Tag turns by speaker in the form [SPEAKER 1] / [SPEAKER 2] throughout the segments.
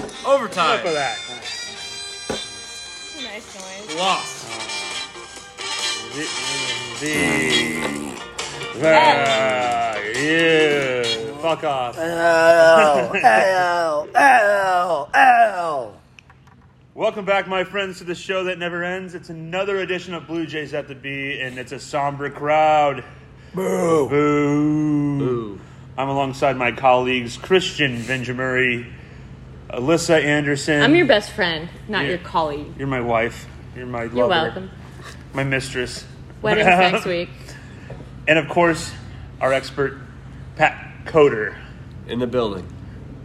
[SPEAKER 1] time.
[SPEAKER 2] Flip of that.
[SPEAKER 3] It's a nice noise.
[SPEAKER 1] Lost.
[SPEAKER 2] The, the, the- yeah. Fuck off.
[SPEAKER 4] Ow, ow, ow, ow.
[SPEAKER 2] Welcome back, my friends, to the show that never ends. It's another edition of Blue Jays at the B, and it's a somber crowd.
[SPEAKER 4] Boo.
[SPEAKER 2] Boo.
[SPEAKER 1] Ooh.
[SPEAKER 2] I'm alongside my colleagues Christian Benjamuri, Alyssa Anderson.
[SPEAKER 3] I'm your best friend, not
[SPEAKER 2] Yeah.
[SPEAKER 3] your colleague.
[SPEAKER 2] You're my wife. You're my lover.
[SPEAKER 3] You're welcome.
[SPEAKER 2] My mistress.
[SPEAKER 3] Wedding's next week.
[SPEAKER 2] And of course, our expert, Pat Coder.
[SPEAKER 1] In the building.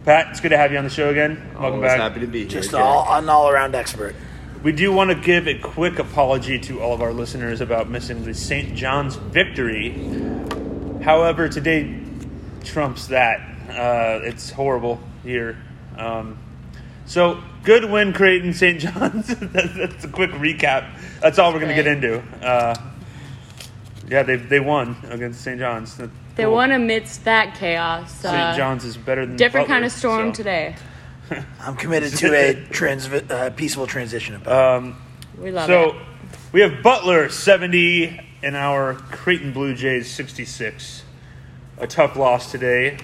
[SPEAKER 2] Pat, it's good to have you on the show again. Welcome
[SPEAKER 1] Always
[SPEAKER 2] back.
[SPEAKER 1] happy to be here.
[SPEAKER 4] Just
[SPEAKER 1] Jack.
[SPEAKER 4] all, an all around expert.
[SPEAKER 2] We do want to give a quick apology to all of our listeners about missing the St. John's victory. However, today trumps that. Uh, it's horrible here. Um, so, good win, Creighton, St. John's. that's, that's a quick recap. That's all we're going to get
[SPEAKER 3] Right.
[SPEAKER 2] into. Uh, yeah, they, they won against St. John's. That's
[SPEAKER 3] They
[SPEAKER 2] cool.
[SPEAKER 3] won amidst that chaos. Uh,
[SPEAKER 2] St. John's is better than
[SPEAKER 3] different
[SPEAKER 2] Butler,
[SPEAKER 3] kind of storm
[SPEAKER 2] so.
[SPEAKER 3] today.
[SPEAKER 4] I'm committed to a trans- uh, peaceful transition.
[SPEAKER 3] We love
[SPEAKER 2] So
[SPEAKER 3] it.
[SPEAKER 2] we have Butler 70 and our Creighton Blue Jays 66. A tough loss today.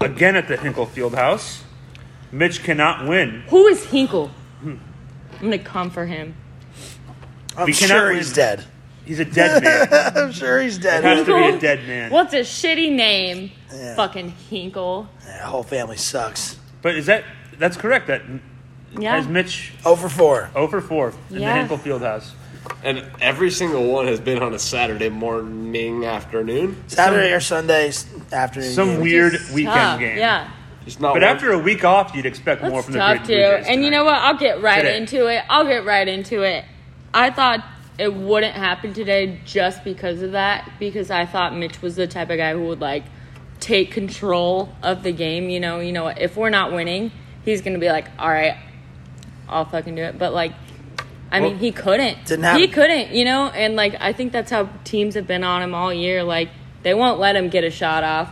[SPEAKER 2] Again at the Hinkle Fieldhouse. Mitch cannot win.
[SPEAKER 3] Who is Hinkle? I'm gonna come for him.
[SPEAKER 4] I'm
[SPEAKER 2] Uh, we cannot
[SPEAKER 4] sure
[SPEAKER 2] win.
[SPEAKER 4] he's dead.
[SPEAKER 2] He's a dead man.
[SPEAKER 4] I'm sure he's dead.
[SPEAKER 2] Has to be a
[SPEAKER 3] Hinkle?
[SPEAKER 2] dead man.
[SPEAKER 3] What's a shitty name?
[SPEAKER 4] Yeah.
[SPEAKER 3] Fucking Hinkle.
[SPEAKER 4] Yeah, whole family sucks.
[SPEAKER 2] But is that that's correct? That
[SPEAKER 3] Yeah.
[SPEAKER 2] has Mitch
[SPEAKER 4] Over four.
[SPEAKER 2] 0 for 4 in
[SPEAKER 3] Yeah.
[SPEAKER 2] the Hinkle Fieldhouse.
[SPEAKER 1] And every single one has been on a Saturday morning, afternoon.
[SPEAKER 4] Saturday or Sunday s- afternoon.
[SPEAKER 2] Some
[SPEAKER 4] game.
[SPEAKER 2] weird
[SPEAKER 3] Just
[SPEAKER 2] weekend
[SPEAKER 3] tough,
[SPEAKER 2] game.
[SPEAKER 3] Yeah.
[SPEAKER 1] Just not.
[SPEAKER 2] But
[SPEAKER 1] one-
[SPEAKER 2] after a week off, you'd expect more
[SPEAKER 3] That's
[SPEAKER 2] from the
[SPEAKER 3] tough
[SPEAKER 2] Creighton
[SPEAKER 3] too.
[SPEAKER 2] Blue Jays.
[SPEAKER 3] And you know what? I'll get right
[SPEAKER 2] Today.
[SPEAKER 3] into it. I'll get right into it. I thought it wouldn't happen today just because of that, because I thought Mitch was the type of guy who would like take control of the game. You know, you know, what? if we're not winning, he's gonna be like, All right, I'll fucking do it. But like I mean,
[SPEAKER 2] Well,
[SPEAKER 3] he couldn't.
[SPEAKER 4] didn't happen.
[SPEAKER 3] He couldn't, you know, and like I think that's how teams have been on him all year. Like they won't let him get a shot off.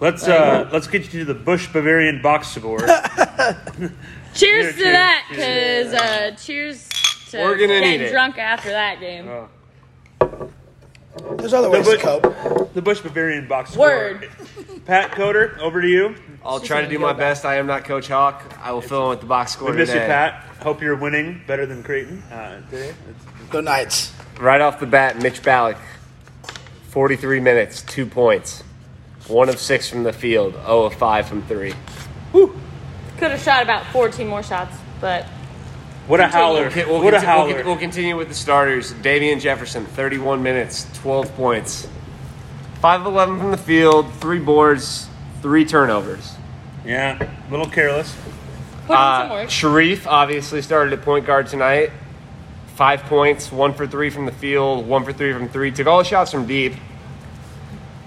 [SPEAKER 2] Let's uh, let's get you to the Bush Bavarian box score.
[SPEAKER 3] Cheers to
[SPEAKER 2] cheers,
[SPEAKER 3] that,
[SPEAKER 2] cheers.
[SPEAKER 3] because uh, cheers to
[SPEAKER 1] We're gonna need
[SPEAKER 3] getting
[SPEAKER 1] it.
[SPEAKER 3] drunk after that game.
[SPEAKER 2] Oh.
[SPEAKER 4] There's other ways to cope.
[SPEAKER 2] The Bush Bavarian box score.
[SPEAKER 3] Word.
[SPEAKER 2] Pat Coder, over to you.
[SPEAKER 1] I'll try to
[SPEAKER 3] gonna
[SPEAKER 1] do
[SPEAKER 3] go
[SPEAKER 1] my
[SPEAKER 3] back.
[SPEAKER 1] best. I am not Coach Hawk. I will fill in with the box score
[SPEAKER 2] We miss you,
[SPEAKER 1] today.
[SPEAKER 2] Pat. Hope you're winning better than Creighton uh, today.
[SPEAKER 4] Go Knights.
[SPEAKER 1] Right off the bat, Mitch Ballack, 43 minutes, two points, one of six from the field, 0 of five from three.
[SPEAKER 3] Could have shot about 14 more shots, but
[SPEAKER 2] What a howler!
[SPEAKER 1] We'll, con- we'll
[SPEAKER 2] what a
[SPEAKER 1] conti- we'll con-
[SPEAKER 2] howler!
[SPEAKER 1] we'll continue with the starters. Davian Jefferson, 31 minutes, 12 points, 5 of 11 from the field, three boards, three turnovers.
[SPEAKER 2] Yeah, a little careless.
[SPEAKER 3] put in some
[SPEAKER 1] Uh,
[SPEAKER 3] work.
[SPEAKER 1] Sharif obviously started at point guard tonight. Five points, one for three from the field, one for three from three. Took all the shots from deep.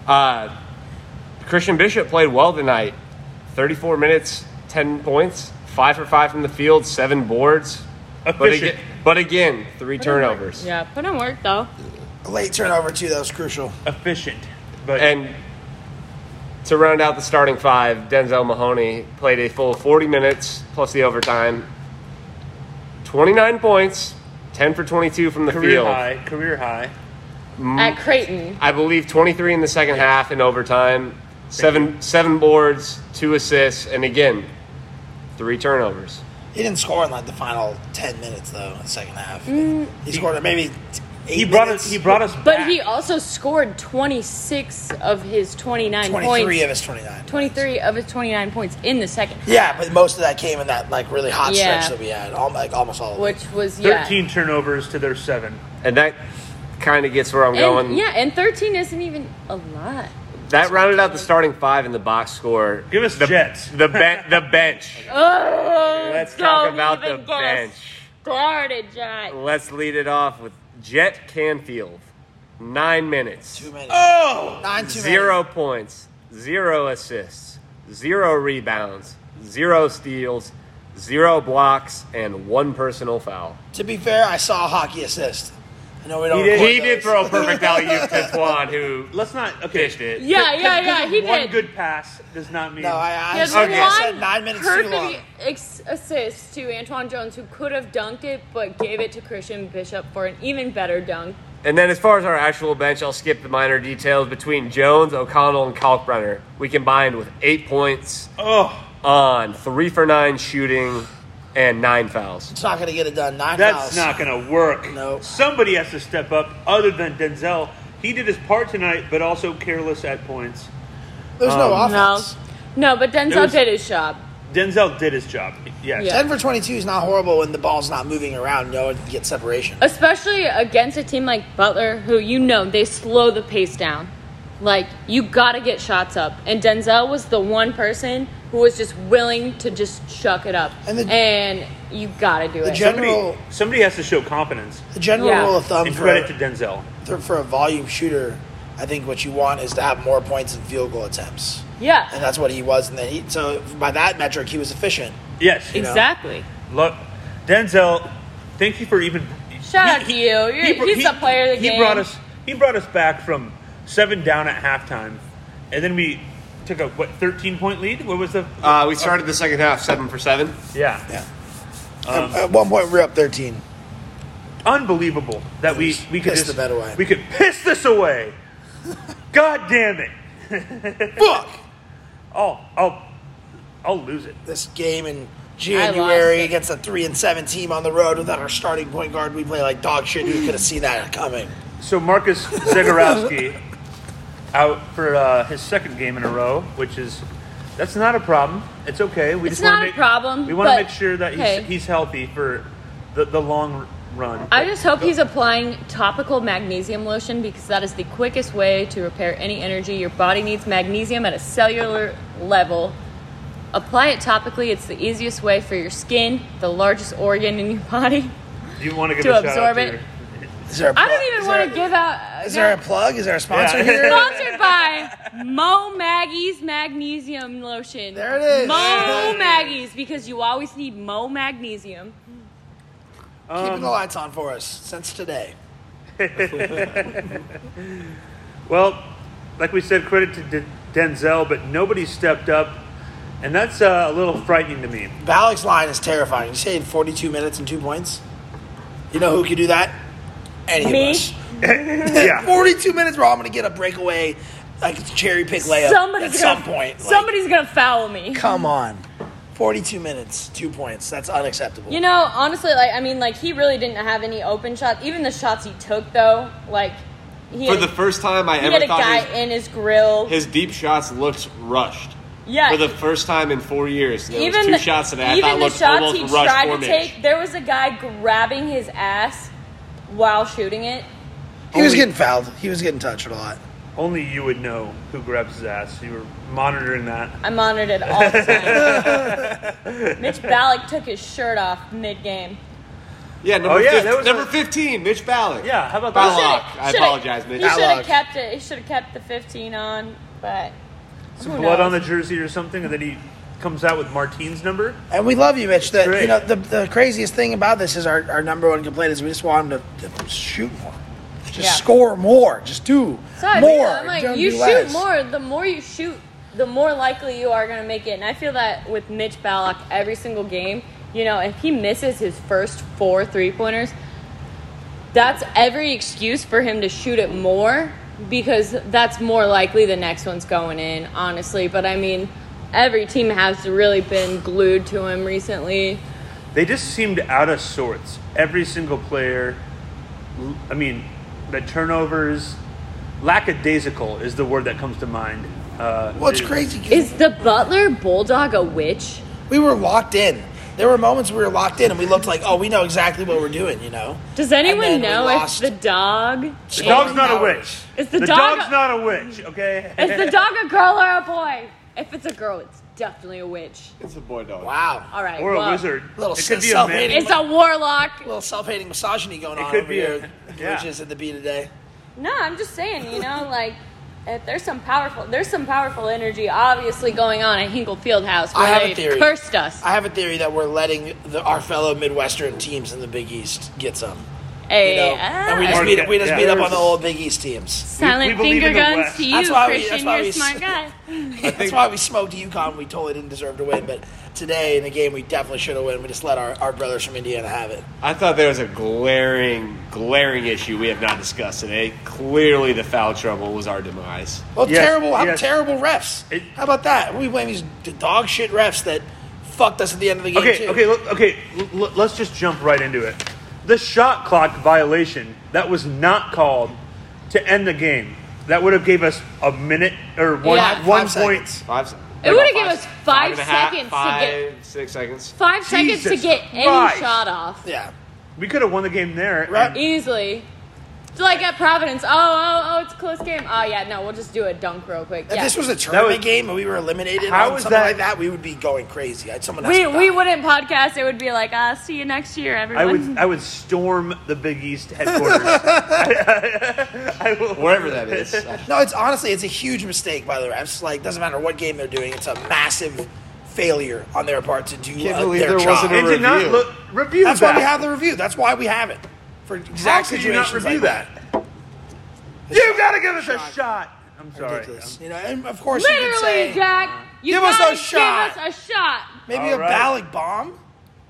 [SPEAKER 1] Uh, Christian Bishop played well tonight. 34 minutes, 10 points, five for five from the field, seven boards. But,
[SPEAKER 2] Efficient.
[SPEAKER 1] aga- but again, three turnovers.
[SPEAKER 3] Yeah, put in work though.
[SPEAKER 4] A late turnover too. That was crucial.
[SPEAKER 2] Efficient. But
[SPEAKER 1] And to round out the starting five, Denzel Mahoney played a full 40 minutes plus the overtime. 29 points, 10 for 22 from the
[SPEAKER 2] career
[SPEAKER 1] field.
[SPEAKER 2] high. Career high.
[SPEAKER 1] Mm.
[SPEAKER 3] At Creighton,
[SPEAKER 1] I believe 23 in the second half in overtime. Seven seven boards, two assists, and again, three turnovers.
[SPEAKER 4] He didn't score in like the final ten minutes though. In the second half, he scored in maybe t- eight
[SPEAKER 2] He brought
[SPEAKER 4] minutes.
[SPEAKER 2] us. He brought us.
[SPEAKER 3] but
[SPEAKER 2] back.
[SPEAKER 3] he also scored 26 of his 29
[SPEAKER 4] twenty three
[SPEAKER 3] points.
[SPEAKER 4] of his twenty nine.
[SPEAKER 3] 23 of his 29 points in the second,
[SPEAKER 4] Yeah, but most of that came in that like really hot
[SPEAKER 3] Yeah.
[SPEAKER 4] stretch that we had. All, like almost all of it.
[SPEAKER 3] which was yeah.
[SPEAKER 2] Thirteen turnovers to their seven.
[SPEAKER 1] And that kind of gets where I'm
[SPEAKER 3] And,
[SPEAKER 1] going.
[SPEAKER 3] yeah, and 13 isn't even a lot.
[SPEAKER 1] That rounded out the starting five in the box score.
[SPEAKER 2] Give us
[SPEAKER 1] the
[SPEAKER 2] Jets.
[SPEAKER 1] The, ben- the bench.
[SPEAKER 3] Oh,
[SPEAKER 1] Let's talk
[SPEAKER 3] don't
[SPEAKER 1] about the
[SPEAKER 3] even get us
[SPEAKER 1] bench.
[SPEAKER 3] Started, Jack.
[SPEAKER 1] Let's lead it off with Jet Canfield. Nine minutes,
[SPEAKER 4] Too many.
[SPEAKER 2] Oh,
[SPEAKER 4] Nine too many.
[SPEAKER 1] zero points, zero assists, zero rebounds, zero steals, zero blocks, and one personal foul.
[SPEAKER 4] To be fair, I saw a hockey assist. I know we don't.
[SPEAKER 2] He did-
[SPEAKER 4] record
[SPEAKER 1] He did
[SPEAKER 4] those.
[SPEAKER 1] throw a perfect alley oop to Twan, who
[SPEAKER 2] Let's not. Okay.
[SPEAKER 1] fished it.
[SPEAKER 3] Yeah, yeah, yeah. He
[SPEAKER 2] One
[SPEAKER 3] did.
[SPEAKER 2] good pass does not mean.
[SPEAKER 4] No, I, I,
[SPEAKER 3] Because
[SPEAKER 1] Okay.
[SPEAKER 4] I
[SPEAKER 3] Juan
[SPEAKER 4] said nine minutes too
[SPEAKER 3] perfect
[SPEAKER 4] long.
[SPEAKER 3] ex- assist to Antoine Jones, who could have dunked it, but gave it to Christian Bishop for an even better dunk.
[SPEAKER 1] And then as far as our actual bench, I'll skip the minor details between Jones, O'Connell, and Kalkbrenner. We combined with eight points
[SPEAKER 2] oh,
[SPEAKER 1] on three for nine shooting and nine fouls.
[SPEAKER 4] It's not going to get it done. Nine
[SPEAKER 2] that's
[SPEAKER 4] fouls.
[SPEAKER 2] not going to work.
[SPEAKER 4] No.
[SPEAKER 2] Somebody has to step up other than Denzel. He did his part tonight, but also careless at points.
[SPEAKER 4] There's no
[SPEAKER 3] No,
[SPEAKER 4] offense.
[SPEAKER 3] no, but Denzel
[SPEAKER 2] was-
[SPEAKER 3] did his job.
[SPEAKER 2] Denzel did his job. Yes.
[SPEAKER 3] Yeah.
[SPEAKER 4] Ten for twenty-two is not horrible when the ball's not moving around. No one can get separation.
[SPEAKER 3] especially against a team like Butler, who you know they slow the pace down. Like you gotta get shots up, and Denzel was the one person who was just willing to just chuck it up,
[SPEAKER 4] And
[SPEAKER 3] and,
[SPEAKER 4] the-
[SPEAKER 3] you gotta do it.
[SPEAKER 4] gen-
[SPEAKER 2] Somebody,
[SPEAKER 4] General-
[SPEAKER 2] somebody has to show confidence.
[SPEAKER 4] The general
[SPEAKER 3] Yeah.
[SPEAKER 4] rule of thumb
[SPEAKER 2] And
[SPEAKER 4] for
[SPEAKER 2] credit to
[SPEAKER 4] a,
[SPEAKER 2] Denzel.
[SPEAKER 4] for a volume shooter, I think what you want is to have more points and field goal attempts, and
[SPEAKER 3] yeah,
[SPEAKER 4] that's what he was. And then he, so by that metric, he was efficient.
[SPEAKER 2] Yes.
[SPEAKER 4] know.
[SPEAKER 3] exactly.
[SPEAKER 2] Look, Denzel, thank you for even.
[SPEAKER 3] Shout out to you. You're,
[SPEAKER 2] br-
[SPEAKER 3] he's the player of the
[SPEAKER 2] he
[SPEAKER 3] game.
[SPEAKER 2] Brought us, he brought us back from seven down at halftime, and then we took a what thirteen point lead. What was the?
[SPEAKER 1] Uh, we started the second half seven for seven.
[SPEAKER 2] yeah.
[SPEAKER 4] Yeah.
[SPEAKER 2] Um,
[SPEAKER 4] At- at one point, we we're up thirteen.
[SPEAKER 2] unbelievable that we we could
[SPEAKER 4] Piss
[SPEAKER 2] just,
[SPEAKER 4] the bet away.
[SPEAKER 2] We could piss this away. God damn it!
[SPEAKER 4] Fuck
[SPEAKER 2] Oh, I'll I'll lose it.
[SPEAKER 4] this game in January
[SPEAKER 3] it.
[SPEAKER 4] against a three and seven team on the road without our starting point guard. We play like dog shit. Who could have seen that coming?
[SPEAKER 2] So Marcus Zagorowski out for uh, his second game in a row, which is that's not a problem. It's okay. We
[SPEAKER 3] It's
[SPEAKER 2] just wanna
[SPEAKER 3] not a
[SPEAKER 2] make,
[SPEAKER 3] problem,
[SPEAKER 2] We want to
[SPEAKER 3] but-
[SPEAKER 2] make sure that he's,
[SPEAKER 3] okay.
[SPEAKER 2] he's healthy for the, the long run.
[SPEAKER 3] I just hope he's applying topical magnesium lotion because that is the quickest way to repair any energy. Your body needs magnesium at a cellular level. Apply it topically, it's the easiest way for your skin, the largest organ in your body.
[SPEAKER 2] you want to give
[SPEAKER 3] to
[SPEAKER 2] a shout out
[SPEAKER 3] absorb it.
[SPEAKER 2] To your-
[SPEAKER 4] Is there a
[SPEAKER 3] I
[SPEAKER 4] plug?
[SPEAKER 3] don't
[SPEAKER 4] Is
[SPEAKER 3] even want to
[SPEAKER 4] there-
[SPEAKER 3] give out.
[SPEAKER 4] Is there a plug? Is there a sponsor
[SPEAKER 2] Yeah.
[SPEAKER 4] here?
[SPEAKER 3] Sponsored by Mo Maggie's Magnesium Lotion.
[SPEAKER 4] There it is.
[SPEAKER 3] Mo Maggie's because you always need Mo Magnesium.
[SPEAKER 4] Keeping the lights on for us since today.
[SPEAKER 2] Well, like we said, credit to D- Denzel, but nobody stepped up, and that's uh, a little frightening to me.
[SPEAKER 4] Balak's line is terrifying. You say in 42 minutes and two points? You know who could do that? Any
[SPEAKER 3] Me?
[SPEAKER 4] of us.
[SPEAKER 2] yeah,
[SPEAKER 4] 42 minutes where I'm going to get a breakaway, like a cherry pick layup
[SPEAKER 3] Somebody's
[SPEAKER 4] at some
[SPEAKER 3] gonna,
[SPEAKER 4] point. Like,
[SPEAKER 3] Somebody's gonna foul me.
[SPEAKER 4] Come on. 42 minutes, two points. That's unacceptable.
[SPEAKER 3] You know, honestly, like I mean, like he really didn't have any open shots. Even the shots he took, though, like he
[SPEAKER 1] For
[SPEAKER 3] had,
[SPEAKER 1] the first time I
[SPEAKER 3] he
[SPEAKER 1] ever
[SPEAKER 3] had a guy
[SPEAKER 1] thought
[SPEAKER 3] in his grill.
[SPEAKER 1] his, his deep shots looked rushed.
[SPEAKER 3] yeah,
[SPEAKER 1] For the first time in four years, there was two
[SPEAKER 3] the-
[SPEAKER 1] shots that I
[SPEAKER 3] even
[SPEAKER 1] thought
[SPEAKER 3] the
[SPEAKER 1] looked
[SPEAKER 3] shots he
[SPEAKER 1] almost rushed
[SPEAKER 3] tried
[SPEAKER 1] for
[SPEAKER 3] to
[SPEAKER 1] Mitch.
[SPEAKER 3] take, there was a guy grabbing his ass while shooting it.
[SPEAKER 4] he was getting fouled. He was getting touched a lot.
[SPEAKER 2] only you would know who grabs his ass. You were monitoring that.
[SPEAKER 3] I monitored it all the time. Mitch Ballack took his shirt off mid-game.
[SPEAKER 1] Yeah, number,
[SPEAKER 2] Oh, yeah,
[SPEAKER 1] fif-
[SPEAKER 2] that was
[SPEAKER 1] number
[SPEAKER 2] a-
[SPEAKER 1] 15, Mitch Ballack.
[SPEAKER 2] Yeah, how about
[SPEAKER 1] Ballack.
[SPEAKER 2] that?
[SPEAKER 3] Should've-
[SPEAKER 1] I
[SPEAKER 3] should've-
[SPEAKER 1] apologize, Mitch.
[SPEAKER 3] He should
[SPEAKER 4] Ballack.
[SPEAKER 3] have kept it. He should have kept the 15 on, but
[SPEAKER 2] Some
[SPEAKER 3] who
[SPEAKER 2] blood on the
[SPEAKER 3] knows?
[SPEAKER 2] jersey or something, and then he comes out with Martine's number.
[SPEAKER 4] And we love you, Mitch. The,
[SPEAKER 2] Great.
[SPEAKER 4] you know, the, the craziest thing about this is our, our number one complaint is we just want him to, to shoot more. Just
[SPEAKER 3] Yeah.
[SPEAKER 4] score more. Just do
[SPEAKER 3] So I
[SPEAKER 4] more.
[SPEAKER 3] feel, I'm like,
[SPEAKER 4] Don't
[SPEAKER 3] you
[SPEAKER 4] do
[SPEAKER 3] shoot
[SPEAKER 4] less.
[SPEAKER 3] more. The more you shoot, the more likely you are going to make it. And I feel that with Mitch Ballack every single game. You know, if he misses his first four three pointers, that's every excuse for him to shoot it more because that's more likely the next one's going in, honestly. But I mean, every team has really been glued to him recently.
[SPEAKER 2] They just seemed out of sorts. Every single player. l- I mean, the turnovers. Lackadaisical is the word that comes to mind. Uh,
[SPEAKER 4] Well, it's
[SPEAKER 2] the-
[SPEAKER 4] crazy. 'cause
[SPEAKER 3] Is the Butler Bulldog a witch?
[SPEAKER 4] we were locked in. There were moments we were locked in, and we looked like, oh, we know exactly what we're doing. You know,
[SPEAKER 3] Does
[SPEAKER 4] then
[SPEAKER 3] anyone
[SPEAKER 4] we
[SPEAKER 3] know if
[SPEAKER 4] lost.
[SPEAKER 3] the dog
[SPEAKER 2] The dog's not a
[SPEAKER 4] Hours.
[SPEAKER 2] witch.
[SPEAKER 3] Is the dog-
[SPEAKER 2] dog's not a witch? Okay.
[SPEAKER 3] Is the dog a girl or a boy? If it's a girl, it's definitely a witch.
[SPEAKER 1] It's a boy dog.
[SPEAKER 4] Wow,
[SPEAKER 3] All right.
[SPEAKER 2] or a
[SPEAKER 3] well,
[SPEAKER 2] wizard.
[SPEAKER 4] Little
[SPEAKER 2] it could be a
[SPEAKER 4] self-hating.
[SPEAKER 2] man.
[SPEAKER 3] It's a warlock.
[SPEAKER 4] a little self-hating misogyny going on
[SPEAKER 2] could
[SPEAKER 4] over
[SPEAKER 2] be a-
[SPEAKER 4] here.
[SPEAKER 2] yeah.
[SPEAKER 4] Which is at the B today.
[SPEAKER 3] No, I'm just saying, you know, like if there's some powerful there's some powerful energy obviously going on at Hinkle Fieldhouse where
[SPEAKER 4] I have a
[SPEAKER 3] they
[SPEAKER 4] theory.
[SPEAKER 3] cursed us.
[SPEAKER 4] I have a theory that we're letting the, our fellow Midwestern teams in the Big East get some.
[SPEAKER 3] Hey,
[SPEAKER 4] You know,
[SPEAKER 3] ah.
[SPEAKER 4] and we just
[SPEAKER 2] Or-
[SPEAKER 4] beat we just
[SPEAKER 2] yeah.
[SPEAKER 4] beat up on the old Big East teams.
[SPEAKER 3] Silent
[SPEAKER 2] believe
[SPEAKER 3] finger
[SPEAKER 2] in the
[SPEAKER 3] guns
[SPEAKER 2] West.
[SPEAKER 3] to you,
[SPEAKER 4] That's why we-
[SPEAKER 3] Christian.
[SPEAKER 4] that's why
[SPEAKER 3] you're
[SPEAKER 4] we
[SPEAKER 3] a smart
[SPEAKER 4] s-
[SPEAKER 3] guy.
[SPEAKER 4] That's why we smoked UConn. We totally didn't deserve to win, but today in the game we definitely should have won. We just let our, our brothers from Indiana have it.
[SPEAKER 1] I thought there was a glaring, glaring issue we have not discussed today. Clearly, the foul trouble was our demise.
[SPEAKER 4] Well,
[SPEAKER 2] Yes,
[SPEAKER 4] terrible, how
[SPEAKER 2] yes.
[SPEAKER 4] terrible refs.
[SPEAKER 2] It-
[SPEAKER 4] how about that? We blame these d- dog shit refs that fucked us at the end of the game.
[SPEAKER 2] Okay,
[SPEAKER 4] too.
[SPEAKER 2] okay, look, okay. L- l- let's just jump right into it. The shot clock violation that was not called to end the game. That would have gave us a minute or one
[SPEAKER 3] Yeah. Five
[SPEAKER 2] one point.
[SPEAKER 4] seconds.
[SPEAKER 1] Five. se-
[SPEAKER 3] It would've
[SPEAKER 1] about
[SPEAKER 3] given us five
[SPEAKER 1] and a half-
[SPEAKER 3] seconds to
[SPEAKER 1] Five, six seconds.
[SPEAKER 3] Five seconds to
[SPEAKER 2] Jesus
[SPEAKER 3] get
[SPEAKER 2] Christ.
[SPEAKER 3] any shot off.
[SPEAKER 4] Yeah.
[SPEAKER 2] We could have won the game there.
[SPEAKER 4] Right.
[SPEAKER 3] Easily. It's like at Providence. Oh, oh, oh, it's a close game. Oh, yeah, no, we'll just do a dunk real quick.
[SPEAKER 4] If
[SPEAKER 3] Yeah.
[SPEAKER 4] this was a tournament
[SPEAKER 2] was-
[SPEAKER 4] game and we were eliminated
[SPEAKER 2] How
[SPEAKER 4] on
[SPEAKER 2] is
[SPEAKER 4] something
[SPEAKER 2] that-
[SPEAKER 4] like that, we would be going crazy. I'd someone has
[SPEAKER 3] we,
[SPEAKER 4] to
[SPEAKER 3] we
[SPEAKER 4] die.
[SPEAKER 3] wouldn't podcast. It would be like, ah, see you next year, everyone.
[SPEAKER 2] I would I would storm the Big East headquarters. I will-
[SPEAKER 1] Whatever that is. I-
[SPEAKER 4] No, it's honestly it's a huge mistake by the refs. Like doesn't matter what game they're doing, it's a massive failure on their part to do
[SPEAKER 1] Can't
[SPEAKER 4] uh,
[SPEAKER 1] believe
[SPEAKER 4] their
[SPEAKER 1] there
[SPEAKER 4] job.
[SPEAKER 1] wasn't a
[SPEAKER 2] It did not
[SPEAKER 1] Review.
[SPEAKER 2] look review.
[SPEAKER 4] That's
[SPEAKER 2] that.
[SPEAKER 4] why we have the review. That's why we have it for
[SPEAKER 2] How
[SPEAKER 4] exact
[SPEAKER 2] could you
[SPEAKER 4] situations.
[SPEAKER 2] not review
[SPEAKER 4] like
[SPEAKER 2] that? You gotta give us a
[SPEAKER 4] Shot.
[SPEAKER 2] shot. I'm sorry.
[SPEAKER 4] Ridiculous. You know, and of course you could
[SPEAKER 3] Literally,
[SPEAKER 4] say
[SPEAKER 3] Jack. You
[SPEAKER 4] Give us a
[SPEAKER 3] gotta
[SPEAKER 4] shot.
[SPEAKER 3] Give us a shot.
[SPEAKER 4] maybe
[SPEAKER 2] All
[SPEAKER 4] a
[SPEAKER 2] right.
[SPEAKER 4] Ballack bomb.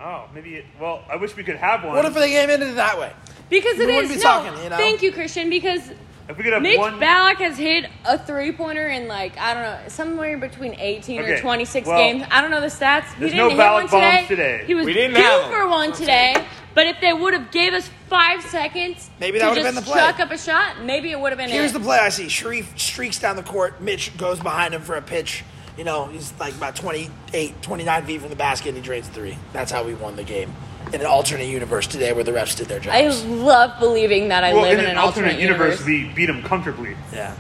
[SPEAKER 2] Oh, maybe. It, well, I wish we could have one.
[SPEAKER 4] What if they came in it that way?
[SPEAKER 3] Because
[SPEAKER 4] We
[SPEAKER 3] it
[SPEAKER 4] wouldn't be
[SPEAKER 3] is. No,
[SPEAKER 4] talking, you know?
[SPEAKER 3] Thank you, Christian, because
[SPEAKER 2] If we could have
[SPEAKER 3] Mitch
[SPEAKER 2] one?
[SPEAKER 3] Ballack has hit a three pointer in like I don't know somewhere between eighteen or
[SPEAKER 2] Okay,
[SPEAKER 3] twenty six
[SPEAKER 2] well,
[SPEAKER 3] games. I don't know the stats. He
[SPEAKER 2] there's
[SPEAKER 3] didn't
[SPEAKER 2] no
[SPEAKER 3] hit
[SPEAKER 2] Ballack
[SPEAKER 3] one
[SPEAKER 2] bombs
[SPEAKER 3] today.
[SPEAKER 2] today.
[SPEAKER 3] He was
[SPEAKER 1] We didn't
[SPEAKER 3] due
[SPEAKER 1] have 'em.
[SPEAKER 3] for one today. But if they would have gave us five seconds,
[SPEAKER 4] Maybe
[SPEAKER 3] to
[SPEAKER 4] that would've
[SPEAKER 3] just
[SPEAKER 4] been the play.
[SPEAKER 3] chuck up a shot. Maybe it would have been.
[SPEAKER 4] Here's
[SPEAKER 3] it.
[SPEAKER 4] the play I see. Sharif streaks down the court. Mitch goes behind him for a pitch. You know, he's like about 28, 29 feet from the basket, and he drains three. That's how we won the game in an alternate universe today where the refs did their
[SPEAKER 3] I
[SPEAKER 4] jobs.
[SPEAKER 3] love believing that I
[SPEAKER 2] Well,
[SPEAKER 3] live
[SPEAKER 2] in
[SPEAKER 3] in,
[SPEAKER 2] an alternate universe,
[SPEAKER 3] universe.
[SPEAKER 2] we beat them comfortably.
[SPEAKER 4] yeah.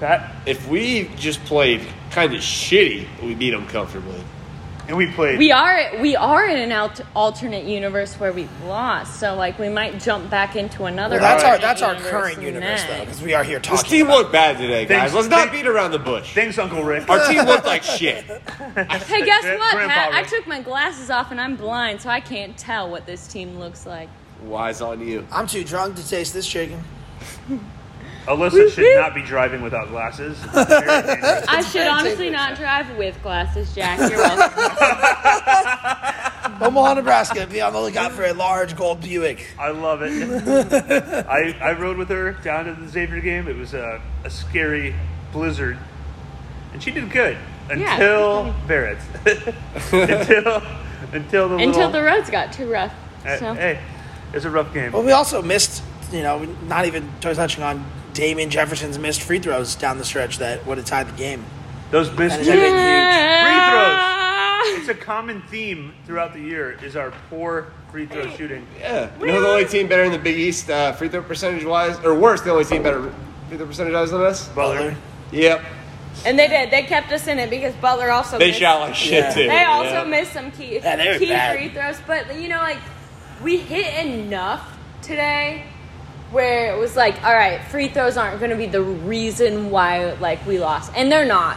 [SPEAKER 2] Pat
[SPEAKER 1] If we just played kind of shitty, we beat them comfortably.
[SPEAKER 2] and we played.
[SPEAKER 3] We are we are in an alt- alternate universe where we lost, so like we might jump back into another.
[SPEAKER 4] Well, that's our
[SPEAKER 3] alternate
[SPEAKER 4] that's our
[SPEAKER 3] universe
[SPEAKER 4] current universe though,
[SPEAKER 3] next.
[SPEAKER 4] because we are here talking.
[SPEAKER 1] This team
[SPEAKER 4] about
[SPEAKER 1] looked bad today, guys.
[SPEAKER 2] Thanks-
[SPEAKER 1] Let's not
[SPEAKER 2] thank-
[SPEAKER 1] beat around the bush.
[SPEAKER 2] Thanks, Uncle Rick.
[SPEAKER 1] Our team looked like shit.
[SPEAKER 3] Hey, guess
[SPEAKER 2] Grand-
[SPEAKER 3] what,
[SPEAKER 2] Grandpa
[SPEAKER 3] Pat? I
[SPEAKER 2] Rick.
[SPEAKER 3] took my glasses off and I'm blind, so I can't tell what this team looks like.
[SPEAKER 1] Wise on you.
[SPEAKER 4] I'm too drunk to taste this chicken.
[SPEAKER 2] Alyssa should not be driving without glasses. It's very dangerous.
[SPEAKER 3] I should
[SPEAKER 4] very
[SPEAKER 3] honestly
[SPEAKER 4] dangerous.
[SPEAKER 3] not drive with glasses, Jack. You're welcome.
[SPEAKER 4] Omaha, Nebraska. Be on the lookout for a large gold Buick.
[SPEAKER 2] I love it. I, I rode with her down to the Xavier game. It was a, a scary blizzard, and she did good
[SPEAKER 3] Yeah,
[SPEAKER 2] until Barrett. until until the
[SPEAKER 3] Until
[SPEAKER 2] little,
[SPEAKER 3] the roads got too rough.
[SPEAKER 2] Hey,
[SPEAKER 3] So.
[SPEAKER 2] hey, it's a rough game.
[SPEAKER 4] Well, we also missed, you know, not even touching on Damon Jefferson's missed free throws down the stretch that would have tied the game.
[SPEAKER 2] Those missed
[SPEAKER 4] And it's a big, huge.
[SPEAKER 2] It's a common theme throughout the year is our poor free throw shooting.
[SPEAKER 1] Yeah. You know the only team better in the Big East uh, free throw percentage wise, or worse, the only team better free throw percentage wise than us?
[SPEAKER 2] Butler.
[SPEAKER 1] Yep.
[SPEAKER 3] And they did. They kept us in it because Butler also
[SPEAKER 1] They
[SPEAKER 3] missed-
[SPEAKER 1] shot like shit,
[SPEAKER 4] Yeah.
[SPEAKER 1] too.
[SPEAKER 3] They also
[SPEAKER 1] Yeah.
[SPEAKER 3] missed some key
[SPEAKER 4] Yeah, they were
[SPEAKER 3] key
[SPEAKER 4] bad.
[SPEAKER 3] free throws, but you know, like we hit enough today where it was like, all right, free throws aren't going to be the reason why like we lost, and they're not.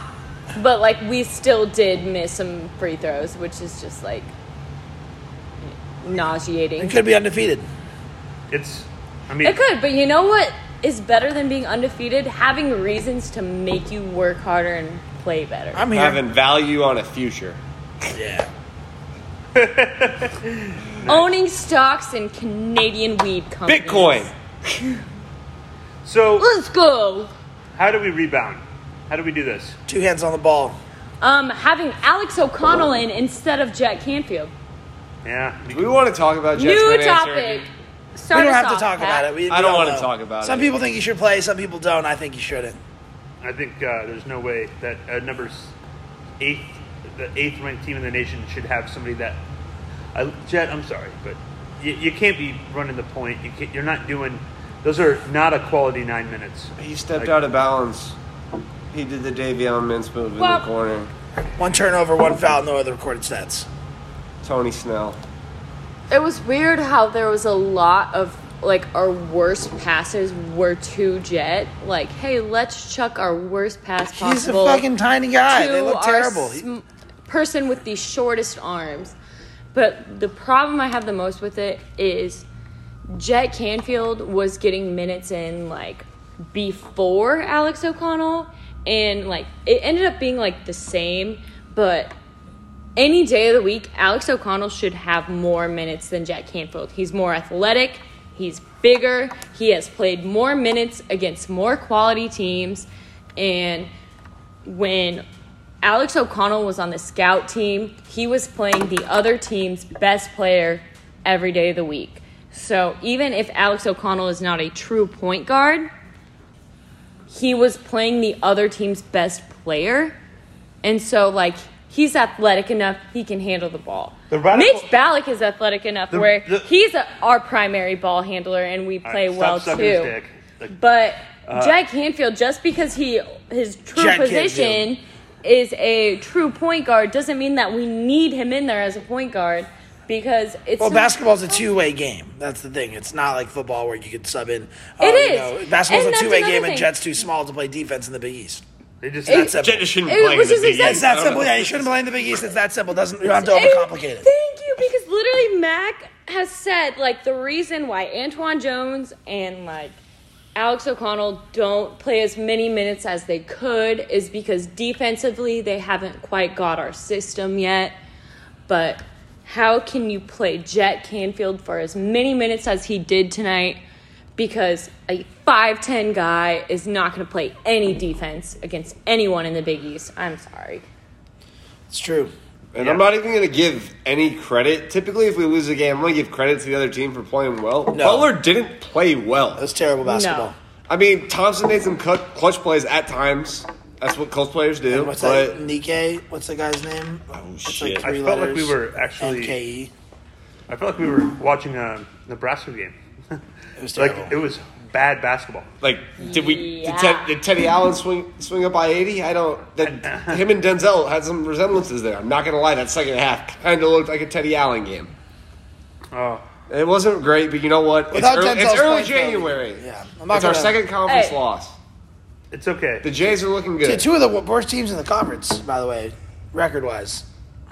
[SPEAKER 3] But like we still did miss some free throws, which is just like nauseating.
[SPEAKER 4] And could be undefeated.
[SPEAKER 2] It's, I mean,
[SPEAKER 3] It could, but you know what is better than being undefeated? Having reasons to make you work harder and play better.
[SPEAKER 4] I'm here.
[SPEAKER 1] Having value on a future.
[SPEAKER 4] Yeah.
[SPEAKER 3] Owning stocks in Canadian weed companies.
[SPEAKER 1] Bitcoin.
[SPEAKER 2] so
[SPEAKER 3] Let's go.
[SPEAKER 2] how do we rebound? How do we do this?
[SPEAKER 4] Two hands on the ball.
[SPEAKER 3] Um, having Alex O'Connell in instead of Jack Canfield.
[SPEAKER 2] Yeah,
[SPEAKER 1] Do we want to talk about Jets
[SPEAKER 3] New
[SPEAKER 1] fan
[SPEAKER 3] topic.
[SPEAKER 1] answer?
[SPEAKER 3] Start
[SPEAKER 4] we don't
[SPEAKER 3] us
[SPEAKER 4] have to
[SPEAKER 3] off,
[SPEAKER 4] talk
[SPEAKER 3] Pat.
[SPEAKER 4] about it. We,
[SPEAKER 1] I
[SPEAKER 4] we
[SPEAKER 1] don't
[SPEAKER 4] all
[SPEAKER 1] wanna
[SPEAKER 4] know.
[SPEAKER 1] talk about
[SPEAKER 4] Some
[SPEAKER 1] it.
[SPEAKER 4] people think you should play. Some people don't. I think you shouldn't.
[SPEAKER 2] I think uh, there's no way that uh, number s- eighth, the eighth ranked team in the nation should have somebody that. I, Jet, I'm sorry, but you, you can't be running the point. You can't, you're not doing. Those are not a quality nine minutes.
[SPEAKER 1] He stepped
[SPEAKER 2] Like-
[SPEAKER 1] out of bounds. He did the Davion Mints move in
[SPEAKER 3] Well-
[SPEAKER 1] the corner.
[SPEAKER 4] One turnover, one foul, no other recorded stats.
[SPEAKER 1] Tony Snell.
[SPEAKER 3] It was weird how there was a lot of like our worst passes were to Jet. Like, hey, let's chuck our worst pass
[SPEAKER 4] He's a
[SPEAKER 3] possible.
[SPEAKER 4] fucking tiny guy. They
[SPEAKER 3] to
[SPEAKER 4] look
[SPEAKER 3] our
[SPEAKER 4] terrible.
[SPEAKER 3] sm- person with the shortest arms. But the problem I have the most with it is Jet Canfield was getting minutes in like before Alex O'Connell, and like it ended up being like the same, but any day of the week, Alex O'Connell should have more minutes than Jack Canfield. He's more athletic, he's bigger, he has played more minutes against more quality teams. And when Alex O'Connell was on the scout team, he was playing the other team's best player every day of the week. So even if Alex O'Connell is not a true point guard, he was playing the other team's best player. And so, like, he's athletic enough, he can handle the ball.
[SPEAKER 2] The radical-
[SPEAKER 3] Mitch Ballack is athletic enough where
[SPEAKER 2] the-
[SPEAKER 3] he's a, our primary ball handler and we play
[SPEAKER 2] stop
[SPEAKER 3] well
[SPEAKER 2] sucking his
[SPEAKER 3] too.
[SPEAKER 2] dick. Like-
[SPEAKER 3] But Jack Canfield, just because he his true
[SPEAKER 4] Uh, Jack
[SPEAKER 3] position is a true point guard, doesn't mean that we need him in there as a point guard because it's
[SPEAKER 4] Well,
[SPEAKER 3] not-
[SPEAKER 4] basketball's a two-way game. That's the thing. It's not like football where you could sub in. Oh,
[SPEAKER 3] It
[SPEAKER 4] You
[SPEAKER 3] is.
[SPEAKER 4] know, basketball's
[SPEAKER 3] And
[SPEAKER 4] a
[SPEAKER 3] that's
[SPEAKER 4] two-way
[SPEAKER 3] another
[SPEAKER 4] game, and
[SPEAKER 3] thing.
[SPEAKER 4] Jets too small to play defense in the Big East.
[SPEAKER 2] They just
[SPEAKER 4] It's that
[SPEAKER 1] Jet
[SPEAKER 4] simple.
[SPEAKER 1] just shouldn't
[SPEAKER 3] It-
[SPEAKER 1] play
[SPEAKER 3] which
[SPEAKER 1] in the
[SPEAKER 3] is
[SPEAKER 1] Big
[SPEAKER 3] exactly-
[SPEAKER 1] East.
[SPEAKER 4] It's that
[SPEAKER 1] I don't
[SPEAKER 4] simple.
[SPEAKER 1] know.
[SPEAKER 4] Yeah, you shouldn't play in the Big East. It's that simple. Doesn't you don't have to
[SPEAKER 3] And
[SPEAKER 4] overcomplicate it.
[SPEAKER 3] Thank you, because literally Mac has said like the reason why Antoine Jones and like Alex O'Connell don't play as many minutes as they could is because defensively they haven't quite got our system yet. But how can you play Jet Canfield for as many minutes as he did tonight? Because a 5'10 guy is not going to play any defense against anyone in the Big East. I'm sorry.
[SPEAKER 4] It's true.
[SPEAKER 1] And I'm not even going to give any credit. Typically, if we lose a game, I'm going to give credit to the other team for playing well. Butler didn't play well.
[SPEAKER 4] That's terrible basketball.
[SPEAKER 1] I mean, Thompson made some cut, clutch plays at times. That's what clutch players do.
[SPEAKER 4] What's
[SPEAKER 1] but
[SPEAKER 4] that? Oh, Nike? What's the guy's name? E. Oh
[SPEAKER 1] shit.
[SPEAKER 2] I felt like we were actually-
[SPEAKER 4] NKE.
[SPEAKER 2] I felt like we were watching a Nebraska game.
[SPEAKER 4] It was
[SPEAKER 2] like
[SPEAKER 4] terrible.
[SPEAKER 2] it was bad basketball.
[SPEAKER 1] like, did we? Did,
[SPEAKER 3] Yeah.
[SPEAKER 1] Ted, did Teddy Allen swing swing up by 80? I don't. That, him and Denzel had some resemblances there. I'm not going to lie. That second half kind of looked like a Teddy Allen game.
[SPEAKER 2] Oh,
[SPEAKER 1] It wasn't great, but you know what? It's
[SPEAKER 4] Without
[SPEAKER 1] early, it's
[SPEAKER 4] Denzel's
[SPEAKER 1] early
[SPEAKER 4] point, though,
[SPEAKER 1] January.
[SPEAKER 4] yeah. I'm not
[SPEAKER 1] it's our
[SPEAKER 4] gonna-
[SPEAKER 1] second conference
[SPEAKER 3] Hey.
[SPEAKER 1] loss.
[SPEAKER 2] it's okay.
[SPEAKER 1] The Jays are looking
[SPEAKER 4] Yeah,
[SPEAKER 1] good.
[SPEAKER 4] two of the worst teams in the conference, by the way, record-wise.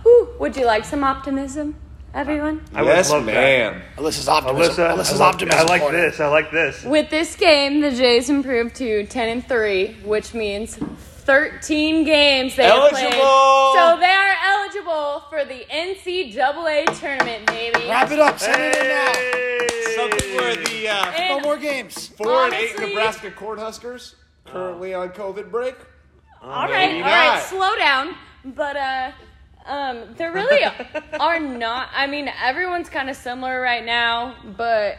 [SPEAKER 3] Whew, would you like some optimism, everyone?
[SPEAKER 2] I would
[SPEAKER 1] yes,
[SPEAKER 2] love
[SPEAKER 1] ma'am.
[SPEAKER 4] Alyssa's
[SPEAKER 2] that.
[SPEAKER 4] optimism.
[SPEAKER 2] Alyssa,
[SPEAKER 4] Alyssa's
[SPEAKER 2] I like,
[SPEAKER 4] optimism.
[SPEAKER 2] I like
[SPEAKER 4] corner.
[SPEAKER 2] this. I like this.
[SPEAKER 3] With this game, the Jays improved to 10 and 3, which means 13 games they have played.
[SPEAKER 1] Eligible!
[SPEAKER 3] So they are eligible for the NCAA tournament, baby.
[SPEAKER 4] Wrap it up. Send it in now.
[SPEAKER 1] Something where the uh,
[SPEAKER 3] And
[SPEAKER 4] No more games.
[SPEAKER 1] four and eight
[SPEAKER 3] honestly-
[SPEAKER 1] Nebraska Cornhuskers currently on COVID break.
[SPEAKER 3] all right,
[SPEAKER 1] Maybe
[SPEAKER 3] all right,
[SPEAKER 1] not.
[SPEAKER 3] slow down. But uh, um, there really are not. I mean, everyone's kind of similar right now, but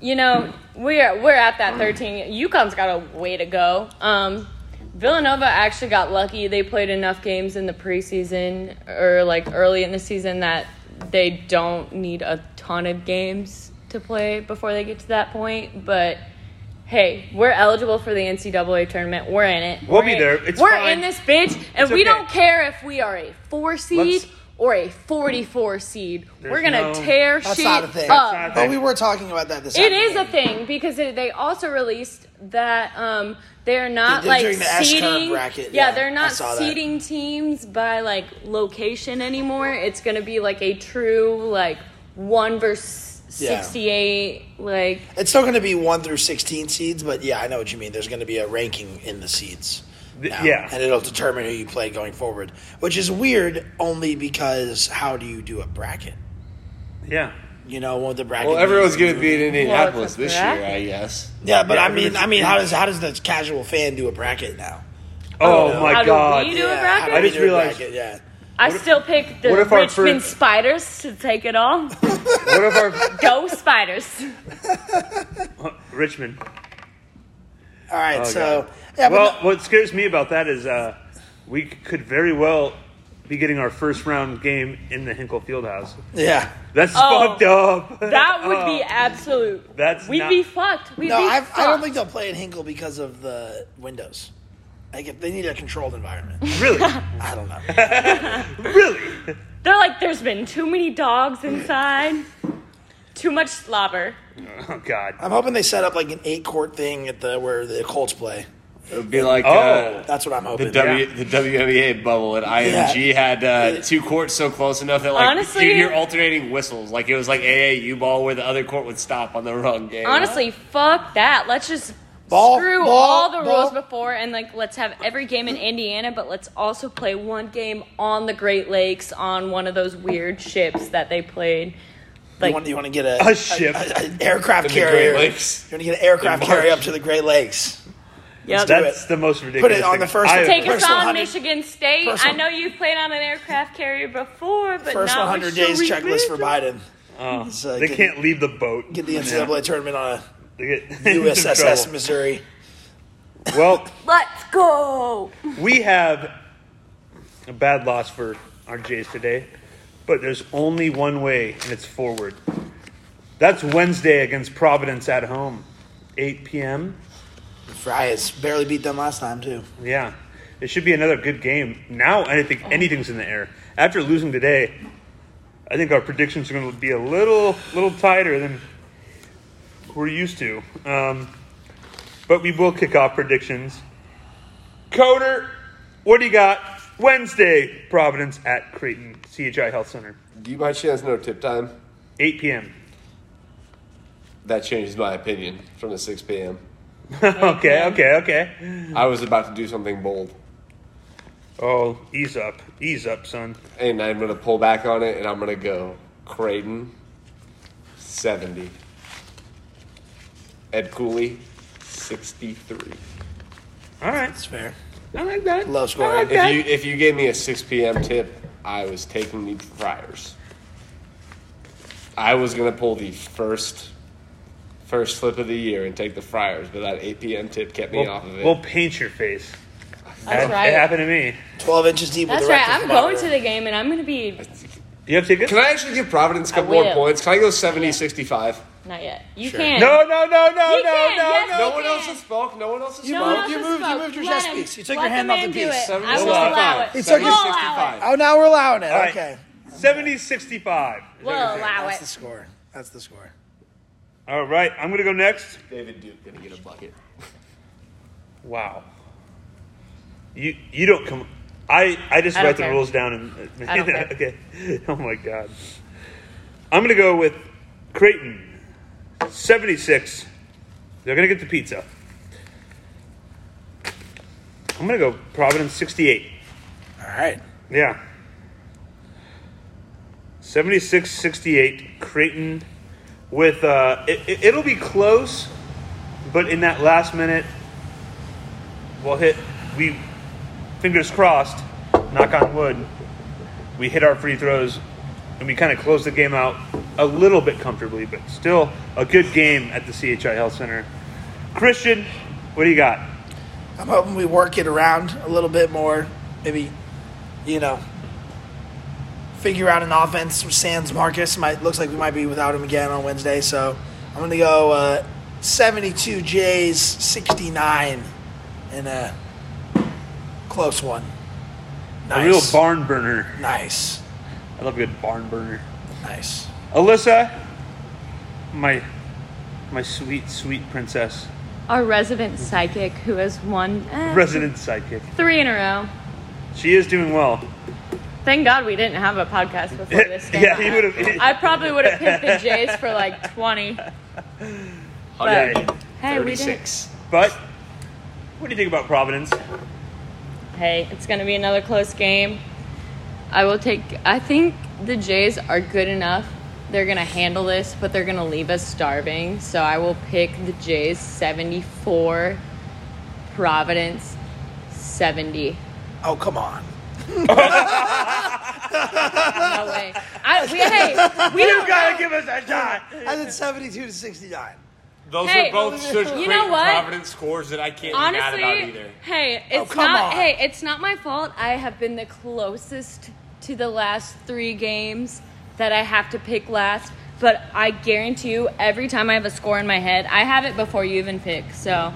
[SPEAKER 3] you know we're we're at that 13. UConn's got a way to go. Um, Villanova actually got lucky. They played enough games in the preseason or like early in the season that they don't need a ton of games to play before they get to that point, but. Hey, we're eligible for the NCAA tournament. We're in it.
[SPEAKER 2] We'll
[SPEAKER 3] We're
[SPEAKER 2] be
[SPEAKER 3] in-
[SPEAKER 2] there. It's
[SPEAKER 3] we're
[SPEAKER 2] fine.
[SPEAKER 3] in this bitch, and
[SPEAKER 2] It's
[SPEAKER 3] we
[SPEAKER 2] okay.
[SPEAKER 3] don't care if we are a four seed
[SPEAKER 2] Let's-
[SPEAKER 3] or a forty-four seed. We're
[SPEAKER 2] There's
[SPEAKER 3] gonna
[SPEAKER 2] no-
[SPEAKER 3] tear
[SPEAKER 4] That's
[SPEAKER 3] shit
[SPEAKER 4] not a thing.
[SPEAKER 2] That's
[SPEAKER 3] up.
[SPEAKER 2] not a
[SPEAKER 4] But we were talking about that this
[SPEAKER 3] It
[SPEAKER 4] afternoon.
[SPEAKER 3] is a thing because it, they also released that um, they're not
[SPEAKER 4] They're
[SPEAKER 3] like
[SPEAKER 4] doing the S-curve
[SPEAKER 3] seeding.
[SPEAKER 4] bracket.
[SPEAKER 3] Yeah,
[SPEAKER 4] Yeah,
[SPEAKER 3] they're
[SPEAKER 4] I
[SPEAKER 3] not
[SPEAKER 4] saw that.
[SPEAKER 3] seeding teams by like location anymore. It's gonna be like a true like one versus
[SPEAKER 4] Yeah.
[SPEAKER 3] sixty-eight. Like
[SPEAKER 4] It's still going to be one through sixteen seeds, but yeah, I know what you mean. There's going to be a ranking in the seeds.
[SPEAKER 2] Th-
[SPEAKER 4] now,
[SPEAKER 2] yeah.
[SPEAKER 4] and it'll determine who you play going forward, which is weird. Only because how do you do a bracket?
[SPEAKER 2] Yeah.
[SPEAKER 4] You know, with the bracket.
[SPEAKER 1] Well,
[SPEAKER 4] being-
[SPEAKER 1] everyone's going to be in Indianapolis
[SPEAKER 3] a
[SPEAKER 1] this year,
[SPEAKER 3] bracket.
[SPEAKER 1] I guess.
[SPEAKER 4] Yeah, but
[SPEAKER 2] Yeah,
[SPEAKER 4] I mean,
[SPEAKER 2] everyone's-
[SPEAKER 4] I mean, how does how does the casual fan do a bracket now?
[SPEAKER 2] Oh
[SPEAKER 4] know.
[SPEAKER 2] my
[SPEAKER 3] How do
[SPEAKER 2] god.
[SPEAKER 3] we do it? a
[SPEAKER 4] yeah,
[SPEAKER 3] bracket?
[SPEAKER 4] how do
[SPEAKER 2] I
[SPEAKER 4] we
[SPEAKER 2] just
[SPEAKER 4] do a
[SPEAKER 2] realized-
[SPEAKER 4] bracket? Yeah,
[SPEAKER 3] I still pick the
[SPEAKER 1] what if our
[SPEAKER 3] Richmond
[SPEAKER 1] first-
[SPEAKER 3] Spiders to take it all.
[SPEAKER 1] What if our
[SPEAKER 3] Go Spiders.
[SPEAKER 2] Richmond.
[SPEAKER 4] All right,
[SPEAKER 2] Oh,
[SPEAKER 4] so
[SPEAKER 2] God.
[SPEAKER 4] yeah, but
[SPEAKER 2] Well, what scares me about that is uh, we c- could very well be getting our first round game in the Hinkle Fieldhouse.
[SPEAKER 4] no- yeah.
[SPEAKER 2] That's
[SPEAKER 3] Oh.
[SPEAKER 2] fucked up.
[SPEAKER 3] That would
[SPEAKER 2] Oh.
[SPEAKER 3] be absolute.
[SPEAKER 2] That's
[SPEAKER 3] we'd
[SPEAKER 2] not-
[SPEAKER 3] be fucked. We'd
[SPEAKER 4] No,
[SPEAKER 3] be
[SPEAKER 4] I've,
[SPEAKER 3] fucked.
[SPEAKER 4] I don't think they'll play in Hinkle because of the windows. Like, if they need a controlled environment,
[SPEAKER 2] really, Oh,
[SPEAKER 4] I don't know.
[SPEAKER 2] really.
[SPEAKER 3] They're like, there's been too many dogs inside, too much slobber.
[SPEAKER 2] Oh god.
[SPEAKER 4] I'm hoping they set up like an eight court thing at the where the Colts play.
[SPEAKER 5] It would be like
[SPEAKER 2] Oh.
[SPEAKER 5] uh,
[SPEAKER 4] That's what I'm
[SPEAKER 5] the
[SPEAKER 4] hoping.
[SPEAKER 5] W the WNBA bubble at IMG had uh, two courts so close enough that like
[SPEAKER 3] Honestly-
[SPEAKER 5] you hear alternating whistles. Like it was like AAU ball where the other court would stop on the wrong game.
[SPEAKER 3] Honestly, fuck that. Let's just
[SPEAKER 4] Ball,
[SPEAKER 3] screw
[SPEAKER 4] ball,
[SPEAKER 3] all the
[SPEAKER 4] ball.
[SPEAKER 3] rules before and like let's have every game in Indiana, but let's also play one game on the Great Lakes on one of those weird ships that they played.
[SPEAKER 4] you,
[SPEAKER 3] Like
[SPEAKER 4] want, you want to get a,
[SPEAKER 2] A ship.
[SPEAKER 4] a- a- an aircraft
[SPEAKER 5] In the Great
[SPEAKER 4] carrier.
[SPEAKER 5] Lakes.
[SPEAKER 4] You want to get an aircraft
[SPEAKER 5] In March.
[SPEAKER 4] carrier up to the Great Lakes.
[SPEAKER 3] yep.
[SPEAKER 2] That's the most ridiculous.
[SPEAKER 4] on
[SPEAKER 2] thing
[SPEAKER 4] the first
[SPEAKER 2] I've
[SPEAKER 4] one.
[SPEAKER 3] take
[SPEAKER 2] heard.
[SPEAKER 3] us
[SPEAKER 4] Personal
[SPEAKER 3] on
[SPEAKER 4] hundred-
[SPEAKER 3] Michigan State. I
[SPEAKER 4] personal-
[SPEAKER 3] know you've played on an aircraft carrier before, but
[SPEAKER 4] First
[SPEAKER 3] not
[SPEAKER 4] 100
[SPEAKER 3] with
[SPEAKER 4] days
[SPEAKER 3] Cherie
[SPEAKER 4] checklist for
[SPEAKER 3] Bridges.
[SPEAKER 4] Biden.
[SPEAKER 5] Oh.
[SPEAKER 4] So
[SPEAKER 2] They
[SPEAKER 4] get,
[SPEAKER 2] can't leave the boat.
[SPEAKER 4] get the NCAA tournament on
[SPEAKER 2] They get
[SPEAKER 4] a
[SPEAKER 2] into
[SPEAKER 4] USSS
[SPEAKER 2] trouble.
[SPEAKER 4] Missouri.
[SPEAKER 2] Well,
[SPEAKER 3] Let's go.
[SPEAKER 2] we have a bad loss for our Jays today, but there's only one way, and it's forward. That's Wednesday against Providence at home, 8 p.m.
[SPEAKER 4] Friars barely beat them last time too.
[SPEAKER 2] Yeah, it should be another good game. Now I think anything's in the air. After losing today, I think our predictions are going to be a little, little tighter than we're used to. Um, but we will kick off predictions. Coder, what do you got? Wednesday, Providence at Creighton CHI Health Center,
[SPEAKER 1] Do you by chance know tip time?
[SPEAKER 2] 8 p.m.
[SPEAKER 1] That changes my opinion from the 6 p.m.
[SPEAKER 2] okay, okay, okay.
[SPEAKER 1] I was about to do something bold,
[SPEAKER 2] Oh, ease up, ease up, son.
[SPEAKER 1] and I'm going to pull back on it, and I'm going to go Creighton, 70. Ed Cooley, 63.
[SPEAKER 2] All right,
[SPEAKER 4] It's fair.
[SPEAKER 2] I like that.
[SPEAKER 4] Low scoring.
[SPEAKER 2] I like that.
[SPEAKER 1] If you if you gave me a 6 p.m. tip, I was taking the Friars. I was gonna pull the first first flip of the year and take the Friars, but that 8 p.m. tip kept me
[SPEAKER 2] we'll,
[SPEAKER 1] off of it.
[SPEAKER 2] we'll paint your face.
[SPEAKER 3] That's
[SPEAKER 2] It-
[SPEAKER 3] right.
[SPEAKER 2] It happened to me.
[SPEAKER 4] Twelve inches deep.
[SPEAKER 3] That's
[SPEAKER 4] with a
[SPEAKER 3] right.
[SPEAKER 4] rectal
[SPEAKER 3] I'm going to
[SPEAKER 4] thermometer.
[SPEAKER 3] the game and I'm going to be
[SPEAKER 2] You have tickets?
[SPEAKER 1] Can I actually give Providence a couple
[SPEAKER 3] will.
[SPEAKER 1] more points? Can I go 70, 65?
[SPEAKER 3] not yet. You
[SPEAKER 4] Sure.
[SPEAKER 3] can.
[SPEAKER 2] no, no, no, no,
[SPEAKER 3] You
[SPEAKER 2] no,
[SPEAKER 3] can,
[SPEAKER 2] no,
[SPEAKER 3] yes,
[SPEAKER 2] no.
[SPEAKER 1] No
[SPEAKER 3] you
[SPEAKER 1] one
[SPEAKER 3] can.
[SPEAKER 1] else has spoke. No one else has
[SPEAKER 3] No
[SPEAKER 1] spoke.
[SPEAKER 3] one else
[SPEAKER 4] you
[SPEAKER 3] has
[SPEAKER 4] moved- you
[SPEAKER 3] spoke.
[SPEAKER 4] moved your
[SPEAKER 3] Let
[SPEAKER 4] chess
[SPEAKER 3] him.
[SPEAKER 4] piece. You took
[SPEAKER 3] Let
[SPEAKER 4] your
[SPEAKER 3] the
[SPEAKER 4] hand off
[SPEAKER 3] man
[SPEAKER 4] the
[SPEAKER 3] do
[SPEAKER 4] piece.
[SPEAKER 3] it.
[SPEAKER 1] Seven
[SPEAKER 3] I will
[SPEAKER 1] to
[SPEAKER 3] allow it.
[SPEAKER 1] five.
[SPEAKER 4] He took
[SPEAKER 3] We'll
[SPEAKER 4] it.
[SPEAKER 3] allow it.
[SPEAKER 4] Oh, now we're allowing it.
[SPEAKER 2] right.
[SPEAKER 4] Okay.
[SPEAKER 2] 70 65.
[SPEAKER 3] We'll allow
[SPEAKER 4] That's the
[SPEAKER 3] it.
[SPEAKER 4] score. That's the score.
[SPEAKER 2] All right, I'm going to go next.
[SPEAKER 1] David Duke gonna get a bucket.
[SPEAKER 2] Wow. You you don't come. I, I just
[SPEAKER 3] I don't
[SPEAKER 2] write the
[SPEAKER 3] care.
[SPEAKER 2] rules down and.
[SPEAKER 3] I don't care.
[SPEAKER 2] okay. Oh my God. I'm going to go with Creighton, 76. They're going to get the pizza. I'm going to go Providence, 68.
[SPEAKER 4] All right.
[SPEAKER 2] Yeah. 76 68, Creighton with, uh, it, it, it'll be close, but in that last minute, we'll hit, we, fingers crossed, knock on wood, we hit our free throws and we kind of close the game out a little bit comfortably, but still a good game at the CHI Health Center. Christian, what do you got?
[SPEAKER 4] I'm hoping we work it around a little bit more. Maybe, you know, figure out an offense with Sans Marcus. Might looks like we might be without him again on Wednesday. So I'm going to go uh, 72 Jays, 69, in a close one. Nice.
[SPEAKER 2] A real barn burner.
[SPEAKER 4] Nice.
[SPEAKER 2] I love a good barn burner.
[SPEAKER 4] Nice.
[SPEAKER 2] Alyssa, my my sweet sweet princess,
[SPEAKER 3] Our resident psychic who has won eh,
[SPEAKER 2] resident sidekick.
[SPEAKER 3] three in a row.
[SPEAKER 2] She is doing well.
[SPEAKER 3] Thank God we didn't have a podcast before this game.
[SPEAKER 2] yeah, you would have.
[SPEAKER 3] I probably would have picked the Jays for like 20. But
[SPEAKER 2] Yeah.
[SPEAKER 3] hey, we didn't.
[SPEAKER 2] But what do you think about Providence?
[SPEAKER 3] Hey, it's going to be another close game. I will take, I think the Jays are good enough. They're going to handle this, but they're going to leave us starving. So I will pick the Jays 74, Providence 70.
[SPEAKER 4] Oh come on.
[SPEAKER 3] No way. I, we, hey, we don't know.
[SPEAKER 2] Ah, give us a shot.
[SPEAKER 4] I did 72 to 69.
[SPEAKER 1] Those
[SPEAKER 3] Hey, um,
[SPEAKER 1] are both such
[SPEAKER 3] you
[SPEAKER 1] great
[SPEAKER 3] know what?
[SPEAKER 1] Providence scores that I can't be mad about
[SPEAKER 3] Honestly,
[SPEAKER 1] either. Oh,
[SPEAKER 3] hey, it's
[SPEAKER 4] come
[SPEAKER 3] not
[SPEAKER 4] on.
[SPEAKER 3] hey, it's not my fault. I have been the closest to the last 3 games that I have to pick last, but I guarantee you every time I have a score in my head, I have it before you even pick. So,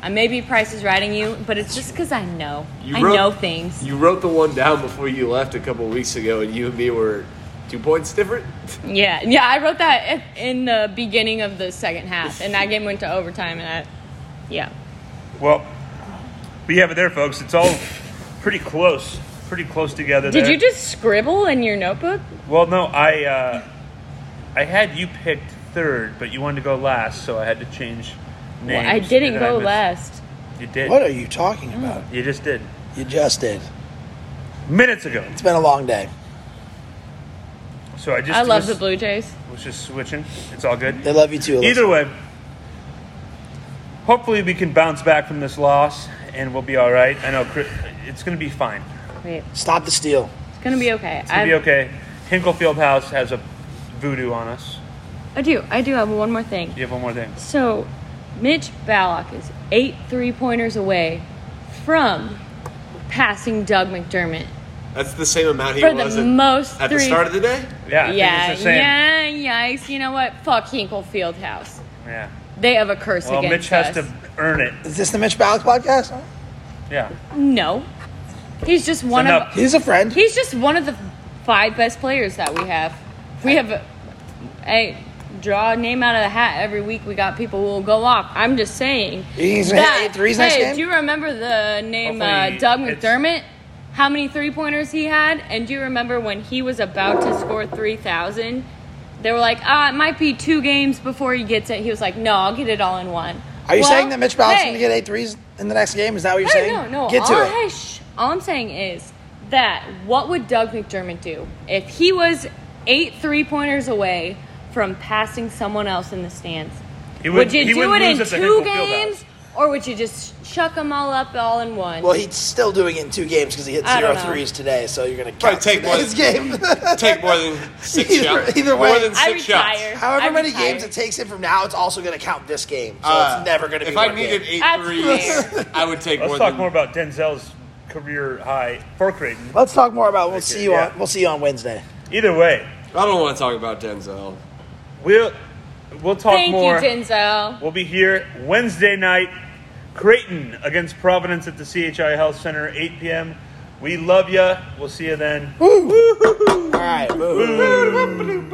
[SPEAKER 3] I may be price is riding you, but it's just cuz I know.
[SPEAKER 1] You
[SPEAKER 3] I
[SPEAKER 1] wrote-
[SPEAKER 3] know things.
[SPEAKER 1] You wrote the one down before you left a couple weeks ago, and you and me were two points different.
[SPEAKER 3] Yeah. Yeah, I wrote that at, in the beginning of the second half and that game went to overtime and I yeah.
[SPEAKER 2] Well, But yeah, but there, folks, it's all pretty close, pretty close together.
[SPEAKER 3] Did
[SPEAKER 2] there.
[SPEAKER 3] you just scribble in your notebook?
[SPEAKER 2] Well, no, I uh, I had you picked third, but you wanted to go last, so I had to change names.
[SPEAKER 3] I didn't
[SPEAKER 2] and
[SPEAKER 3] go
[SPEAKER 2] missed-
[SPEAKER 3] last.
[SPEAKER 2] You did.
[SPEAKER 4] What are you talking about?
[SPEAKER 2] You just did
[SPEAKER 4] You just did.
[SPEAKER 2] minutes ago.
[SPEAKER 4] It's been a long day.
[SPEAKER 2] So I just
[SPEAKER 3] I love the
[SPEAKER 2] was,
[SPEAKER 3] Blue Jays.
[SPEAKER 2] was just switching. It's all good.
[SPEAKER 4] They love you too. Alyssa.
[SPEAKER 2] Either way, hopefully we can bounce back from this loss and we'll be all right. I know Chris, it's going to be fine.
[SPEAKER 3] Wait,
[SPEAKER 4] Stop the steal.
[SPEAKER 3] it's gonna be okay.
[SPEAKER 2] It's going
[SPEAKER 3] I've-
[SPEAKER 2] to be okay. Hinkle Fieldhouse has a voodoo on us.
[SPEAKER 3] I do. I do have one more thing.
[SPEAKER 2] You have one more thing.
[SPEAKER 3] So, Mitch Balak is eight three pointers away from passing Doug McDermott
[SPEAKER 5] That's the same amount he
[SPEAKER 3] for
[SPEAKER 5] was
[SPEAKER 3] the
[SPEAKER 5] at,
[SPEAKER 3] most
[SPEAKER 5] at
[SPEAKER 3] three.
[SPEAKER 5] the start of the day.
[SPEAKER 2] Yeah, I think
[SPEAKER 3] yeah,
[SPEAKER 2] it's the same.
[SPEAKER 3] yeah, yikes! You know what? Fuck Hinkle Fieldhouse.
[SPEAKER 2] Yeah.
[SPEAKER 3] They have a curse
[SPEAKER 2] Well,
[SPEAKER 3] against
[SPEAKER 2] Mitch has
[SPEAKER 3] us.
[SPEAKER 2] to earn it.
[SPEAKER 4] Is this the Mitch Ballack podcast?
[SPEAKER 2] Yeah.
[SPEAKER 3] No, he's just one
[SPEAKER 2] enough.
[SPEAKER 3] of
[SPEAKER 4] He's a friend.
[SPEAKER 3] he's just one of the five best players that we have. We have a, a draw a name out of the hat every week. We got people who will go off. I'm just saying.
[SPEAKER 4] He's gonna hit eight threes
[SPEAKER 3] hey,
[SPEAKER 4] next game?
[SPEAKER 3] do you remember the name uh,
[SPEAKER 2] Hopefully
[SPEAKER 3] Doug
[SPEAKER 2] it's-
[SPEAKER 3] McDermott? How many three pointers he had? And do you remember when he was about to score three thousand? They were like, ah, it might be two games before he gets it. He was like, no, I'll get it all in one.
[SPEAKER 4] Are you
[SPEAKER 3] Well,
[SPEAKER 4] saying that Mitch Ballack's
[SPEAKER 3] hey,
[SPEAKER 4] going to get eight threes in the next game? Is that what you're
[SPEAKER 3] Hey,
[SPEAKER 4] saying?
[SPEAKER 3] no, no.
[SPEAKER 4] Get
[SPEAKER 3] all,
[SPEAKER 4] to
[SPEAKER 3] hey,
[SPEAKER 4] it.
[SPEAKER 3] shh. all I'm saying is that what would Doug McDermott do if he was eight three pointers away from passing someone else in the stands?
[SPEAKER 2] He
[SPEAKER 3] Would, you
[SPEAKER 2] he
[SPEAKER 3] do
[SPEAKER 2] would
[SPEAKER 3] it in
[SPEAKER 2] lose at the
[SPEAKER 3] two
[SPEAKER 2] Hinkle Fieldhouse.
[SPEAKER 3] games, or would you just chuck them all up all in one?
[SPEAKER 4] Well, he's still doing it in two games because he hit
[SPEAKER 3] I
[SPEAKER 4] zero
[SPEAKER 3] don't know.
[SPEAKER 4] threes today, so you're going to
[SPEAKER 5] Probably
[SPEAKER 4] count
[SPEAKER 5] take more
[SPEAKER 4] today's game.
[SPEAKER 5] Take more than six
[SPEAKER 4] Either-
[SPEAKER 5] shots.
[SPEAKER 4] either
[SPEAKER 5] more
[SPEAKER 4] way.
[SPEAKER 5] than
[SPEAKER 3] I
[SPEAKER 5] six shots.
[SPEAKER 3] retire. I
[SPEAKER 4] However many
[SPEAKER 3] retire.
[SPEAKER 4] games it takes him from now, it's also going to count this game. So
[SPEAKER 5] Uh,
[SPEAKER 4] it's never going to be
[SPEAKER 5] If I
[SPEAKER 4] one
[SPEAKER 5] needed
[SPEAKER 4] game.
[SPEAKER 5] eight
[SPEAKER 3] That's
[SPEAKER 5] threes, I would take
[SPEAKER 2] Let's
[SPEAKER 5] more
[SPEAKER 2] talk
[SPEAKER 5] than
[SPEAKER 2] more about Denzel's career high fork rate.
[SPEAKER 4] Let's talk more about. We'll see you
[SPEAKER 2] yeah.
[SPEAKER 4] on. We'll see you on Wednesday.
[SPEAKER 2] Either way,
[SPEAKER 5] I don't want to talk about Denzel.
[SPEAKER 2] we'll we'll talk
[SPEAKER 3] Thank
[SPEAKER 2] more.
[SPEAKER 3] you, Denzel.
[SPEAKER 2] We'll be here Wednesday night, Creighton against Providence at the CHI Health Center, 8 p.m. We love ya. We'll see you then.
[SPEAKER 4] All right. move.